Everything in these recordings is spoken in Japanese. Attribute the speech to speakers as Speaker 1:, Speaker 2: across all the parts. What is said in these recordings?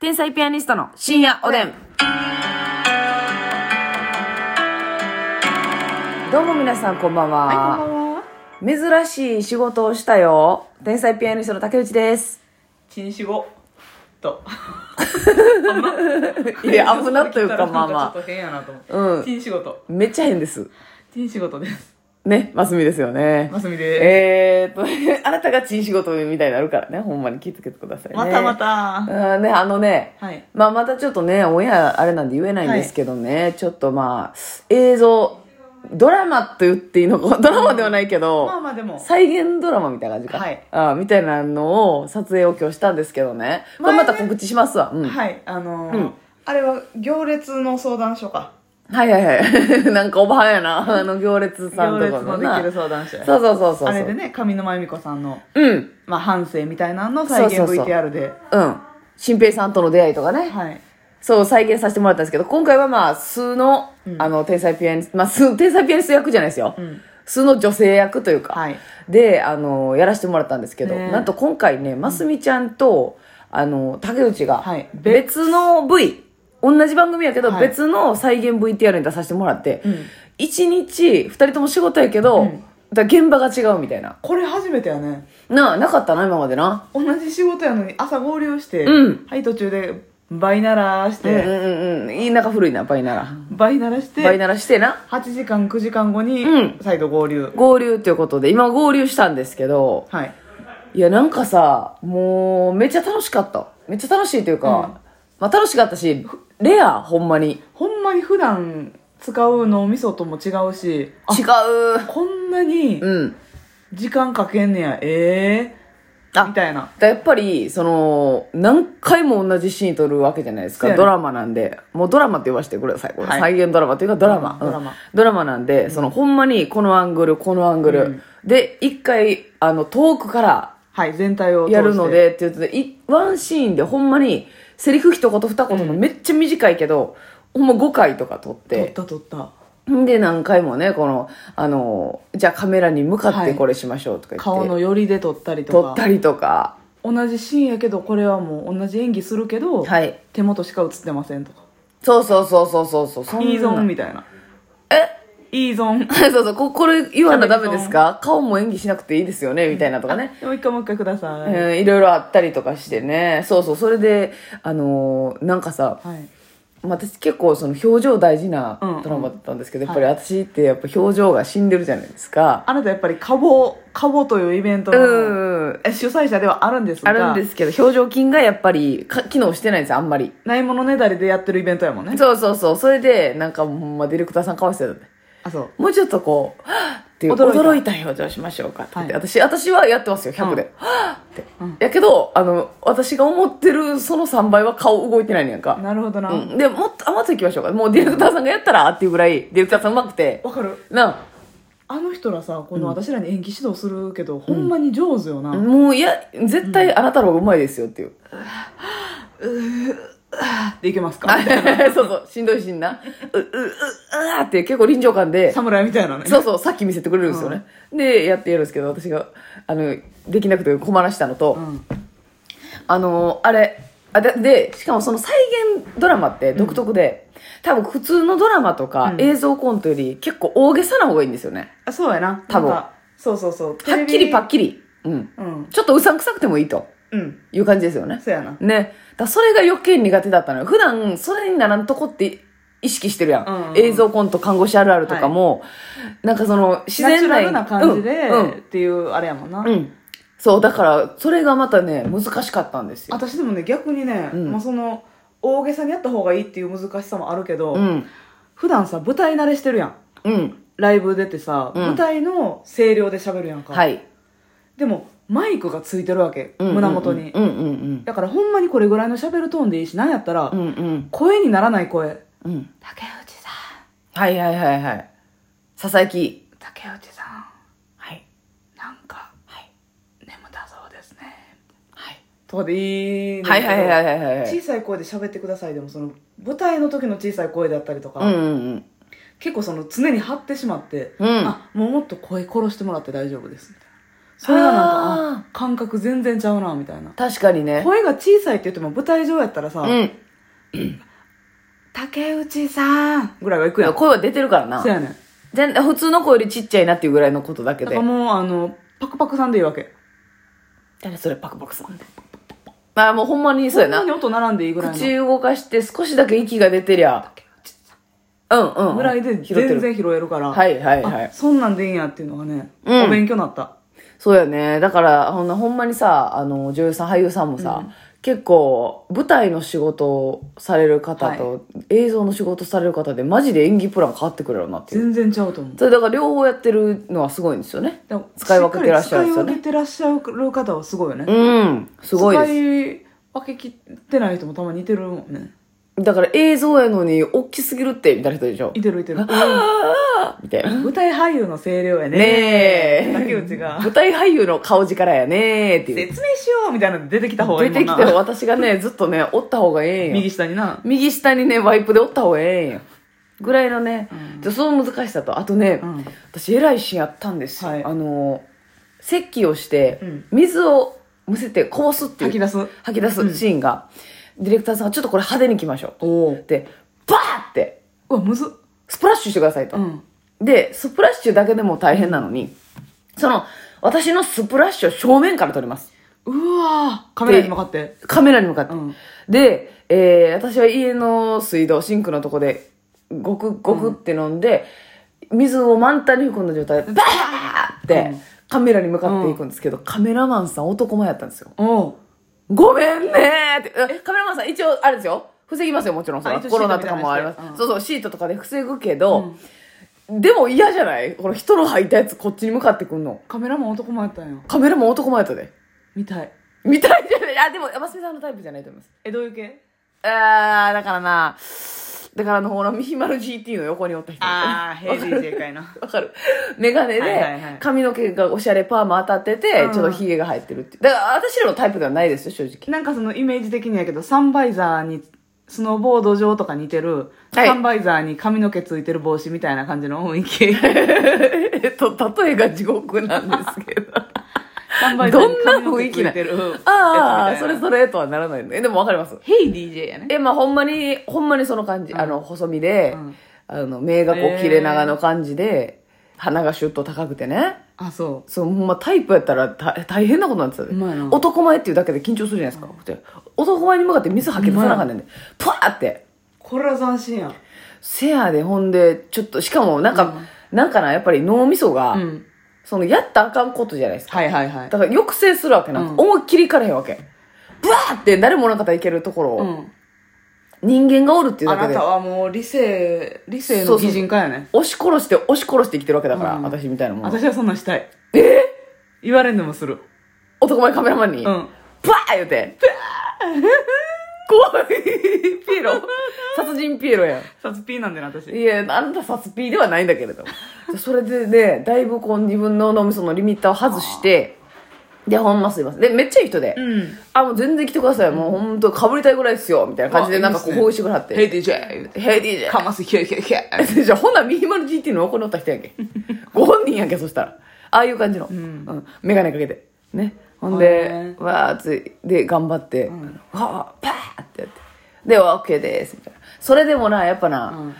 Speaker 1: 天才ピアニストの深夜おでん。どうも皆さんこんばんは。
Speaker 2: はい、こんばんは。
Speaker 1: 珍しい仕事をしたよ。天才ピアニストの竹内です。
Speaker 2: 禁止語と。
Speaker 1: いや、危なという か、まあ
Speaker 2: なんかちょ
Speaker 1: ま
Speaker 2: っと変やなと
Speaker 1: う
Speaker 2: 思
Speaker 1: ん
Speaker 2: って。禁止語と。
Speaker 1: あ。めっちゃ変です。
Speaker 2: 禁止語とです。
Speaker 1: ね、マスミですよね。
Speaker 2: ますみで
Speaker 1: えーっと、あなたがチン仕事みたいになるからね、ほんまに気をつけてくださいね。
Speaker 2: す。またま た。
Speaker 1: うんね、あのね、
Speaker 2: はい
Speaker 1: まあまたちょっとね、オンエアあれなんで言えないんですけどね、ちょっとまあ、映像、ドラマと言っていいのか、ドラマではないけど、
Speaker 2: まあまあでも。
Speaker 1: 再現ドラマみたいな感じか、
Speaker 2: はい
Speaker 1: あみたいなのを撮影を今日したんですけどね、これ
Speaker 2: 前ね
Speaker 1: また告知しますわ。うん、はい
Speaker 2: はい、あ
Speaker 1: う
Speaker 2: の
Speaker 1: ん
Speaker 2: ー、あれは行列の相談所か。
Speaker 1: はいはい。 なんかおばはんやな、あの行列さ
Speaker 2: 行
Speaker 1: んと
Speaker 2: 列
Speaker 1: かの
Speaker 2: の
Speaker 1: な。
Speaker 2: できる相談所や。
Speaker 1: そうそうそうそう。
Speaker 2: あれでね、上沼恵美子さんの、
Speaker 1: うん、
Speaker 2: まあ反省みたいなのを再
Speaker 1: そう
Speaker 2: 現
Speaker 1: そうそう
Speaker 2: VTR で。
Speaker 1: うん。新平さんとの出会いとかね、
Speaker 2: はい。
Speaker 1: そう、再現させてもらったんですけど、今回はまあ、素の、あの、天才ピアニスト、まあ、素、天才ピアニスト役じゃないですよ。
Speaker 2: ん
Speaker 1: 素の女性役というか、
Speaker 2: はい
Speaker 1: で、あの、やらせてもらったんですけど、
Speaker 2: ね
Speaker 1: なんと今回ね、ますみちゃんと、あの、竹内が
Speaker 2: はい、
Speaker 1: 別の V、同じ番組やけど、
Speaker 2: はい
Speaker 1: 別の再現 VTR に出させてもらって
Speaker 2: うん、
Speaker 1: 一、日、二人とも仕事やけど、
Speaker 2: うん
Speaker 1: だから現場が違うみたいな。
Speaker 2: これ初めてやね。
Speaker 1: なあ、なかったな、今までな。
Speaker 2: 同じ仕事やのに朝合流して
Speaker 1: うん、
Speaker 2: はい、途中で倍ならし
Speaker 1: うんう
Speaker 2: て、
Speaker 1: んうん。いい、なんか古いな、バイなら。
Speaker 2: 倍ならして、
Speaker 1: バイならしてな。
Speaker 2: 8時間9時間後に
Speaker 1: うん
Speaker 2: 再度合流、
Speaker 1: 合流ということで、今合流したんですけど、
Speaker 2: はい
Speaker 1: いや、なんかさ、もう、めっちゃ楽しかった。めっちゃ楽しいというか、
Speaker 2: うん
Speaker 1: まあ楽しかったし、レア、ほんまに。
Speaker 2: ほんまに普段使う脳みそとも違うしあ
Speaker 1: 違う。
Speaker 2: こんなに
Speaker 1: うん。
Speaker 2: 時間かけんねやええ
Speaker 1: あ
Speaker 2: みたいな
Speaker 1: だやっぱり、その、何回も同じシーン撮るわけじゃないです
Speaker 2: そう
Speaker 1: か。
Speaker 2: やね
Speaker 1: ドラマなんで。もうドラマって言わせてください。これ、
Speaker 2: はい
Speaker 1: 再現ドラマというかドラマ。
Speaker 2: うん
Speaker 1: うん
Speaker 2: ドラマ
Speaker 1: ドラマなんで、その、ほんまにこのアングル、このアングル。
Speaker 2: うん
Speaker 1: で、一回、あの、遠くから
Speaker 2: はい全体を通して
Speaker 1: やるのでって言ってて、いワンシーンでほんまに、セリフ一言二言のめっちゃ短いけど、ほんま5回とか撮っ、
Speaker 2: 撮ってた撮った
Speaker 1: んで何回もね、この、あの、じゃあカメラに向かっ
Speaker 2: は
Speaker 1: て
Speaker 2: い
Speaker 1: これしましょうとか言って、
Speaker 2: 顔の寄りで撮ったりと
Speaker 1: 撮
Speaker 2: か
Speaker 1: ったりとか、
Speaker 2: 同じシーンやけどこれはもう同じ演技するけど、
Speaker 1: はい。
Speaker 2: 手元しか映ってませんとか
Speaker 1: そうそうそうそうそうそう、そんな。
Speaker 2: いいゾーンみたいな
Speaker 1: え
Speaker 2: いいゾーン
Speaker 1: そうそう、ここれ言わなダメですか顔も演技しなくていいですよねみたいなとかね。
Speaker 2: あもう一回もう一回ください、
Speaker 1: うん、いろいろあったりとかしてね。そうそう、それで、あのーなんかさ、
Speaker 2: はい
Speaker 1: まあ私結構その表情大事な
Speaker 2: うん
Speaker 1: ドラマだったんですけど、やっぱり私ってやっぱ表情が死んでるじゃないですか。
Speaker 2: あなたやっぱりカボカボというイベント
Speaker 1: う
Speaker 2: の、
Speaker 1: ん。
Speaker 2: え主催者ではあるんですが
Speaker 1: あるんですけど、表情筋がやっぱりか機能してないんですよ、あんまり。
Speaker 2: ないものねだりでやってるイベントやもんね
Speaker 1: そうそうそう。それで、なんかほんまディレクターさんかわいそうだね。
Speaker 2: あそう
Speaker 1: もうちょっとこう、はぁっていう
Speaker 2: 驚いた
Speaker 1: 驚いた表情しましょうかって言って、
Speaker 2: はい
Speaker 1: 私、私はやってますよ、100で。
Speaker 2: うん
Speaker 1: はぁって。やけど、あの、私が思ってるその3倍は顔動いてないねやんか。
Speaker 2: なるほどなわ、
Speaker 1: うん。で、もっと、あ、もっと行きましょうか。もうディレクターさんがやったらっていうぐらい、ディレクターさん上手くて。
Speaker 2: かる
Speaker 1: なあ
Speaker 2: あの人らさこの私らに演技指導するけど、ほんまに上手よな、
Speaker 1: もういや、絶対あなたの方がうまいですよっていう。
Speaker 2: でいけますか
Speaker 1: そうそう、しんどいしんな。う、う、う、うわーって結構臨場感で、
Speaker 2: 侍みたいなね
Speaker 1: そうそう、さっき見せてくれるんですよね。で、やってやるんですけど、私が、あの、できなくて困らしたのと、
Speaker 2: ん
Speaker 1: あの、あれ、あでで、しかもその再現ドラマって独特で、多分普通のドラマとか
Speaker 2: うん
Speaker 1: 映像コントより結構大げさな方がいいんですよね。
Speaker 2: あそうやな
Speaker 1: 多分
Speaker 2: なんかそうそうそう
Speaker 1: はっきりパッキ
Speaker 2: キ
Speaker 1: リ。うん。
Speaker 2: うん
Speaker 1: ちょっとうさんくさくてもいいと
Speaker 2: うん
Speaker 1: いう感じですよね。
Speaker 2: そうやな
Speaker 1: ね。だそれが余計苦手だったのよ。普段、それにならんとこって意識してるやん。
Speaker 2: うんうん
Speaker 1: 映像コント、看護師あるあるとかも、なんかその、自
Speaker 2: ナチ
Speaker 1: 然
Speaker 2: ュラ
Speaker 1: な
Speaker 2: ルな感じで、
Speaker 1: うん。
Speaker 2: っていうあれやもんな、
Speaker 1: うんうんそう、だから、それがまたね、難しかったんですよ。
Speaker 2: 私でもね逆にね、
Speaker 1: うん
Speaker 2: まあ、その大げさにやった方がいいっていう難しさもあるけど、
Speaker 1: うん。
Speaker 2: 普段さ舞台慣れしてるやん
Speaker 1: うん。
Speaker 2: ライブ出てさ、
Speaker 1: うん
Speaker 2: 舞台の声量で喋るやんか、
Speaker 1: はい。
Speaker 2: でもマイクがついてるわけ、
Speaker 1: うん
Speaker 2: 胸元に、
Speaker 1: うんうん
Speaker 2: だからほんまにこれぐらいの喋るトーンでいいしなんやったら、
Speaker 1: うん。うんうん。
Speaker 2: 声にならない声
Speaker 1: うん。
Speaker 2: 竹内さ
Speaker 1: はいはいはいはい。佐々木。
Speaker 2: ん竹内さん
Speaker 1: はい。
Speaker 2: なんか
Speaker 1: はい。
Speaker 2: 眠たそうですね
Speaker 1: はい。
Speaker 2: とかでいいねんけど
Speaker 1: はいはいはいはいはいはい。
Speaker 2: 小さい声で喋ってくださいでもその舞台の時の小さい声だったりとか、
Speaker 1: うんうん
Speaker 2: 結構その常に張ってしまって、
Speaker 1: うん。うん。
Speaker 2: あもうもっと声殺してもらって大丈夫ですみたいなそれがなん
Speaker 1: あ
Speaker 2: かあ感覚全然ちゃうなみたいな
Speaker 1: 確かにね。
Speaker 2: 声が小さいって言っても舞台上やったらさ「
Speaker 1: うん。
Speaker 2: 竹内さん」ぐらいはいくやん
Speaker 1: 声は出てるからな
Speaker 2: そう。やねん
Speaker 1: 全普通の声よりちっちゃいなっていうぐらいのことだけ
Speaker 2: だ
Speaker 1: で。
Speaker 2: からもうあのパクパクさんでいいわけ
Speaker 1: 誰それパクパクさん。ああ、もうほんまにそうや
Speaker 2: こん
Speaker 1: な
Speaker 2: に。音並んでいいぐらいの
Speaker 1: 口動かして少しだけ息が出てりゃ。うんうん。
Speaker 2: ぐらいで
Speaker 1: 拾って
Speaker 2: 全
Speaker 1: る。
Speaker 2: 然拾えるから
Speaker 1: はいはいはい
Speaker 2: あそんなんでいいんやっていうのがね、
Speaker 1: うん
Speaker 2: お勉強になった
Speaker 1: そうやね。だから、ほんなほんまにさ、あの、女優さん、俳優さんもさ、結構、舞台の仕事をされる方と、映像の仕事される方で、マジで演技プラン変わってくるよなっていう。
Speaker 2: 全然ちゃうと思う
Speaker 1: それだから、両方やってるのはすごいんですよね。
Speaker 2: でも
Speaker 1: 使い分けてらっしゃるん
Speaker 2: し
Speaker 1: です
Speaker 2: か
Speaker 1: よ
Speaker 2: り使い分
Speaker 1: ね。
Speaker 2: けてらっしゃる方はすごいよね、
Speaker 1: うん、すごいです。
Speaker 2: 使い分けきってない人もたまにいてるもんね
Speaker 1: だから、映像やのに、大きすぎるって、みたいな人でしょ
Speaker 2: い。てるいてる
Speaker 1: みたいな。
Speaker 2: 舞台俳優の声量やね
Speaker 1: ねえ。
Speaker 2: 竹内が
Speaker 1: 舞台俳優の顔力やねえっていう。
Speaker 2: 説明しようみたいなの出てきた方がい
Speaker 1: 出
Speaker 2: い
Speaker 1: て
Speaker 2: も
Speaker 1: き
Speaker 2: んな
Speaker 1: たよ。私がね、ずっとね、おった方がええんよ。
Speaker 2: 右下にな
Speaker 1: 右下にね、ワイプで折った方がええんや。ぐらいのね、じゃその難しさと、あとね、
Speaker 2: うん
Speaker 1: 私、偉いシーンやったんですよ。
Speaker 2: はい
Speaker 1: あの、咳をして、
Speaker 2: うん
Speaker 1: 水をむせてこぼすっていう、
Speaker 2: 吐き出す
Speaker 1: 吐き出すシーンが、ディレクターさんがちょっとこれ派手にいきましょう。
Speaker 2: おう
Speaker 1: で、バーって、
Speaker 2: わむずっ
Speaker 1: スプラッシュしてくださいと。
Speaker 2: うん
Speaker 1: で、スプラッシュだけでも大変なのに、その、私のスプラッシュを正面から撮ります。
Speaker 2: うわーカメラに向かって
Speaker 1: カメラに向かって。
Speaker 2: うん
Speaker 1: で、えー私は家の水道、シンクのとこで、ごくごくって飲んで、水を満タンに含んだ状態で、バーって、
Speaker 2: うん
Speaker 1: カメラに向かっていくんですけど、カメラマンさん男前やったんですよ。
Speaker 2: おう
Speaker 1: ごめんねーって。えカメラマンさん一応、あれですよ。防ぎますよ、もちろん。それは
Speaker 2: あ一応
Speaker 1: コロナとかもあります
Speaker 2: シートみたいなのしてう。ん
Speaker 1: そうそう、シートとかで防ぐけど、でも嫌じゃないこの人の履いたやつこっちに向かってくんの。
Speaker 2: カメラマン男もやったんや
Speaker 1: カメラマン男前やったで。
Speaker 2: みたい
Speaker 1: みたいじゃないあ、でも、山澄さんのタイプじゃないと思います。
Speaker 2: えどういう系
Speaker 1: あー、だからな、だからあの、ほら、ヒマル GT の横におった人。
Speaker 2: ああヘイジー正解の
Speaker 1: わかる。メガネ
Speaker 2: はいはいは
Speaker 1: で
Speaker 2: い、
Speaker 1: 髪の毛がおしゃれパーマ当たってて、
Speaker 2: うん
Speaker 1: ちょっとヒゲが入ってるっていう。だから、私らのタイプではないですよ、正直。
Speaker 2: なんかそのイメージ的にやけど、サンバイザーに、スノーボード上とか似てる、
Speaker 1: はい
Speaker 2: サンバイザーに髪の毛ついてる帽子みたいな感じの雰囲 気。
Speaker 1: えっと、例えが地獄なんですけど。
Speaker 2: サンバイザーに
Speaker 1: どん
Speaker 2: 髪
Speaker 1: な
Speaker 2: の
Speaker 1: 雰
Speaker 2: 毛
Speaker 1: 囲
Speaker 2: つ
Speaker 1: 気ない
Speaker 2: てるやつみたいな。
Speaker 1: ああ、それそれとはならないの。え、でもわかります。
Speaker 2: ヘイ DJ やね。
Speaker 1: え、まあ、ほんまに、ほんまにその感じ。
Speaker 2: うん
Speaker 1: あの、細身で、
Speaker 2: うん
Speaker 1: あの、目がこ
Speaker 2: へ
Speaker 1: う
Speaker 2: ー
Speaker 1: 切れ長の感じで、鼻がシュッと高くてね。
Speaker 2: あ、そ
Speaker 1: そう、ほんまタイプやったらた大変なことなんですよ
Speaker 2: うまい
Speaker 1: ね
Speaker 2: な。
Speaker 1: 男前っていうだけで緊張するじゃないですか。で男前に向かって水吐き出さなあかんねんで。パーって。
Speaker 2: これは斬新やん。
Speaker 1: せやで、ほんで、ちょっと、しかもなんか、なんかな、やっぱり脳みそが、
Speaker 2: うん。
Speaker 1: その、やったらあかんことじゃないですか。
Speaker 2: はいはいはい
Speaker 1: だ。から抑制するわけなんか、
Speaker 2: うん
Speaker 1: 思いっきりいかれへんわけ。ブワーって誰もおらんかったらいけるところを、
Speaker 2: うん。
Speaker 1: 人間がおるっていう
Speaker 2: あ
Speaker 1: だけ
Speaker 2: な
Speaker 1: で
Speaker 2: た、はもう理性、理性の擬人化やね。
Speaker 1: 押し殺して、押し殺して生きてるわけだから、
Speaker 2: うん
Speaker 1: 私みたいなもん。
Speaker 2: 私はそんなんしたい。え言われんでもする。
Speaker 1: 男前カメラマンに、
Speaker 2: うん。
Speaker 1: バー言うて。怖い。ピエロ。殺人ピエロやん。
Speaker 2: サツピーなんでな、私。
Speaker 1: いや、あなた殺ピーではないんだけれど。それでね、だいぶこう自分の脳みそのリミッターを外して、で、ほんますいません。で、めっちゃいい人で。
Speaker 2: うん。
Speaker 1: あ、もう全然来てください。もうほんと、被りたいぐらいですよ。みたいな感じで、
Speaker 2: あ
Speaker 1: なんかこう、
Speaker 2: いいですね
Speaker 1: ほぐしてくれはって。
Speaker 2: ヘイ DJ 言うて。
Speaker 1: ヘイディ
Speaker 2: かます、ヒャヒャヒャ。
Speaker 1: じゃじゃあほんならミニマル GT の横におった人やんけ。ご本人やんけ、そしたら。ああいう感じの。うんん。メガネかけて。ね。ほん
Speaker 2: あー
Speaker 1: で
Speaker 2: ね、
Speaker 1: わーつい、で、頑張って、わー、パーってやって。で、オッケーです。みたいな。それでもな、やっぱな、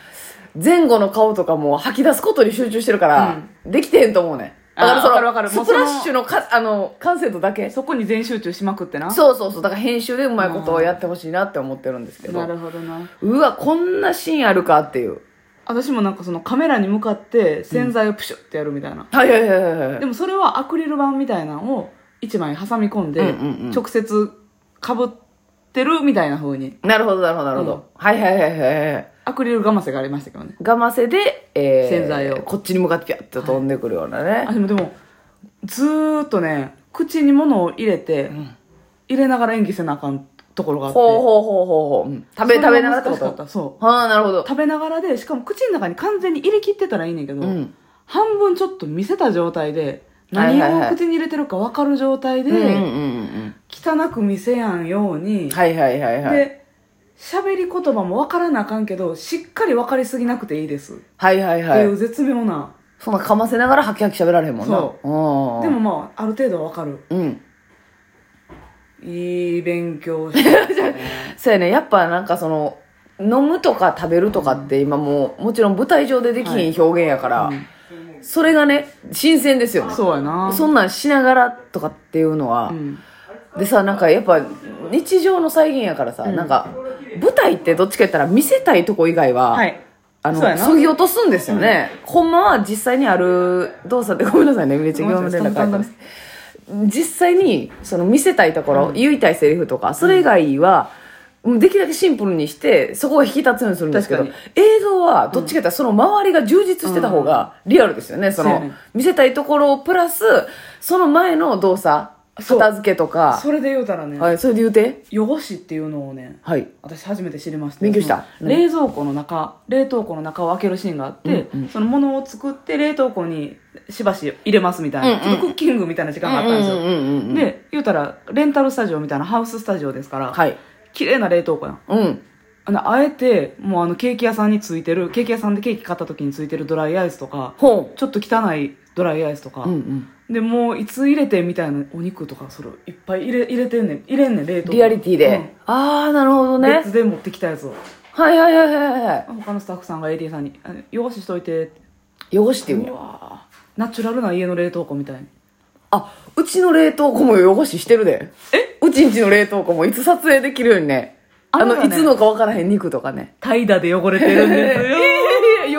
Speaker 1: 前後の顔とかも吐き出すことに集中してるから、できてへんと思うね。
Speaker 2: あー
Speaker 1: だその
Speaker 2: わかるわかるもう
Speaker 1: スプ
Speaker 2: そ
Speaker 1: ラ
Speaker 2: の
Speaker 1: ッシュのか、あの、完成度だけ。
Speaker 2: そこに全集中しまくってな。
Speaker 1: そうそうそう。だから編集でうまいことをやってほしいなって思ってるんですけ
Speaker 2: なる
Speaker 1: ど。
Speaker 2: ほどな。
Speaker 1: うわ、こんなシーンあるかっていう。
Speaker 2: 私もなんかそのカメラに向かって洗剤をプシュってやるみたいな、
Speaker 1: はいはいはいはいはい。
Speaker 2: でもそれはアクリル板みたいなのを一枚挟み込んで、
Speaker 1: うんうんうん
Speaker 2: 直接かぶってるみたいな風に
Speaker 1: なるほど、なるほど、なるほど。はいはいはいはいはい。
Speaker 2: アクリルガマセがありましたけどね
Speaker 1: ガマセで、えー、
Speaker 2: 洗剤を
Speaker 1: こっちに向かってピャッと飛んでくるようなね。
Speaker 2: あでもでもずーっとね口に物を入れて、入れながら演技せなあかんところがあって
Speaker 1: ほうほうほうほうほううん。食べ、
Speaker 2: そ
Speaker 1: 食
Speaker 2: れが
Speaker 1: べながらってこ
Speaker 2: 難しかった
Speaker 1: と
Speaker 2: そう
Speaker 1: はあ、なるほど。
Speaker 2: 食べながらでしかも口の中に完全に入れ切ってたらいいねんけど、
Speaker 1: うん
Speaker 2: 半分ちょっと見せた状態で
Speaker 1: はい
Speaker 2: 何
Speaker 1: はいはい
Speaker 2: を口に入れてるか分かる状態で、
Speaker 1: うんうんうん
Speaker 2: 汚く見せやんよう
Speaker 1: う
Speaker 2: に、
Speaker 1: ん。はいはいはいはい。
Speaker 2: で喋り言葉も分からなあかんけどしっかり分かりすぎなくていいですっ
Speaker 1: はいはい
Speaker 2: て
Speaker 1: はいい。
Speaker 2: う絶妙な、
Speaker 1: そんなかませながらハキハキ喋られへんもんな。
Speaker 2: そう
Speaker 1: う
Speaker 2: でもまあある程度はわかる
Speaker 1: ん。うん。
Speaker 2: いい勉強 してますね
Speaker 1: そうやね。やっぱなんかその、飲むとか食べるとかって今もう、もちろん舞台上でできひん表現やから、それがね、新鮮ですよね。
Speaker 2: そうやな
Speaker 1: そんなんしながらとかっていうのは、
Speaker 2: ん
Speaker 1: でさ、なんかやっぱ日常の再現やからさ、なんか、舞台ってどっちか言ったら見せたいとこ以外は、
Speaker 2: はい
Speaker 1: あ
Speaker 2: そうや
Speaker 1: の、
Speaker 2: な
Speaker 1: そぎ落とすんですよね。ほんまは実際にある動作で、ごめんなさいね、めっちゃ業務連絡入ってます。実際に、その見せたいところ、言いたいセリフとか、それ以外は、うんできるだけシンプルにして、そこが引き立つようにするんですけど、
Speaker 2: 確
Speaker 1: 映像は、どっちかっていうとその周りが充実してた方がリアルですよね。そ
Speaker 2: そうや
Speaker 1: の
Speaker 2: ね、
Speaker 1: 見せたいところをプラス、その前の動作、
Speaker 2: そう
Speaker 1: 片付けとか、
Speaker 2: それで言うたらね、
Speaker 1: はい、それで言うて、
Speaker 2: 汚しっていうのをね
Speaker 1: はい。
Speaker 2: 私初めて知りました
Speaker 1: 勉強した
Speaker 2: その冷蔵庫の中冷凍庫の中を開けるシーンがあって、そのものを作って冷凍庫にしばし入れますみたいな、
Speaker 1: うんうん
Speaker 2: ちょっとクッキングみたいな時間があったんですよ、
Speaker 1: うんうんうんうんうん
Speaker 2: で言うたらレンタルスタジオみたいなハウススタジオですから、
Speaker 1: はい。
Speaker 2: 綺麗な冷凍庫やん
Speaker 1: うん。
Speaker 2: あのあえてもうあのケーキ屋さんについてるケーキ屋さんでケーキ買った時についてるドライアイスとか
Speaker 1: ほう。
Speaker 2: ちょっと汚いドライアイスとか、
Speaker 1: うんうん。
Speaker 2: でもういつ入れてみたいなお肉とかそれをいっぱい入れ入れてんねん入れんねん冷凍庫
Speaker 1: リアリティで。
Speaker 2: うん
Speaker 1: ああ、なるほどね。
Speaker 2: 別で持ってきたやつを
Speaker 1: はいはいはいはいは
Speaker 2: 他のスタッフさんが AD さんにあ「汚ししといて」って
Speaker 1: い。汚してみ
Speaker 2: う
Speaker 1: よう。
Speaker 2: わーナチュラルな家の冷凍庫みたいに
Speaker 1: あ、うちの冷凍庫も汚ししてるで。えうちんちの冷凍庫もいつ撮影できるようにね。あ
Speaker 2: あ
Speaker 1: の、
Speaker 2: そうだ
Speaker 1: い
Speaker 2: ね
Speaker 1: つのかわからへん肉とかね。
Speaker 2: 怠惰で汚れてるんですよ
Speaker 1: え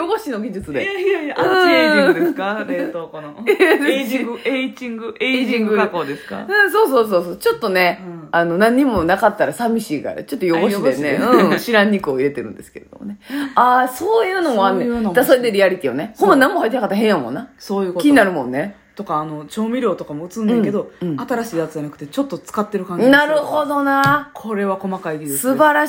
Speaker 1: 汚しの技術
Speaker 2: い
Speaker 1: で。
Speaker 2: やいやいやアンチエイジングですか 冷凍庫のエイジングエイジングエイジング加工ですか
Speaker 1: うん、そうそうそうそう。ちょっとね、
Speaker 2: うん
Speaker 1: あの、何にもなかったら寂しいから、ちょっと汚しでね、
Speaker 2: あ汚しで
Speaker 1: うん、知らん肉を入れてるんですけれどもね。ああ、そういうのもあんね
Speaker 2: そういうの
Speaker 1: ん。
Speaker 2: も
Speaker 1: だそれでリアリティをね。ほんま何も入ってなかったら変やもんな。
Speaker 2: そういうこと
Speaker 1: 気になるもんね。
Speaker 2: とかあの調味料とかも映んねんけど、
Speaker 1: うんうん
Speaker 2: 新しいやつじゃなくてちょっと使ってる感じ
Speaker 1: なるほ
Speaker 2: ど
Speaker 1: どな。
Speaker 2: これは細かい技術で
Speaker 1: 素
Speaker 2: す
Speaker 1: 晴らし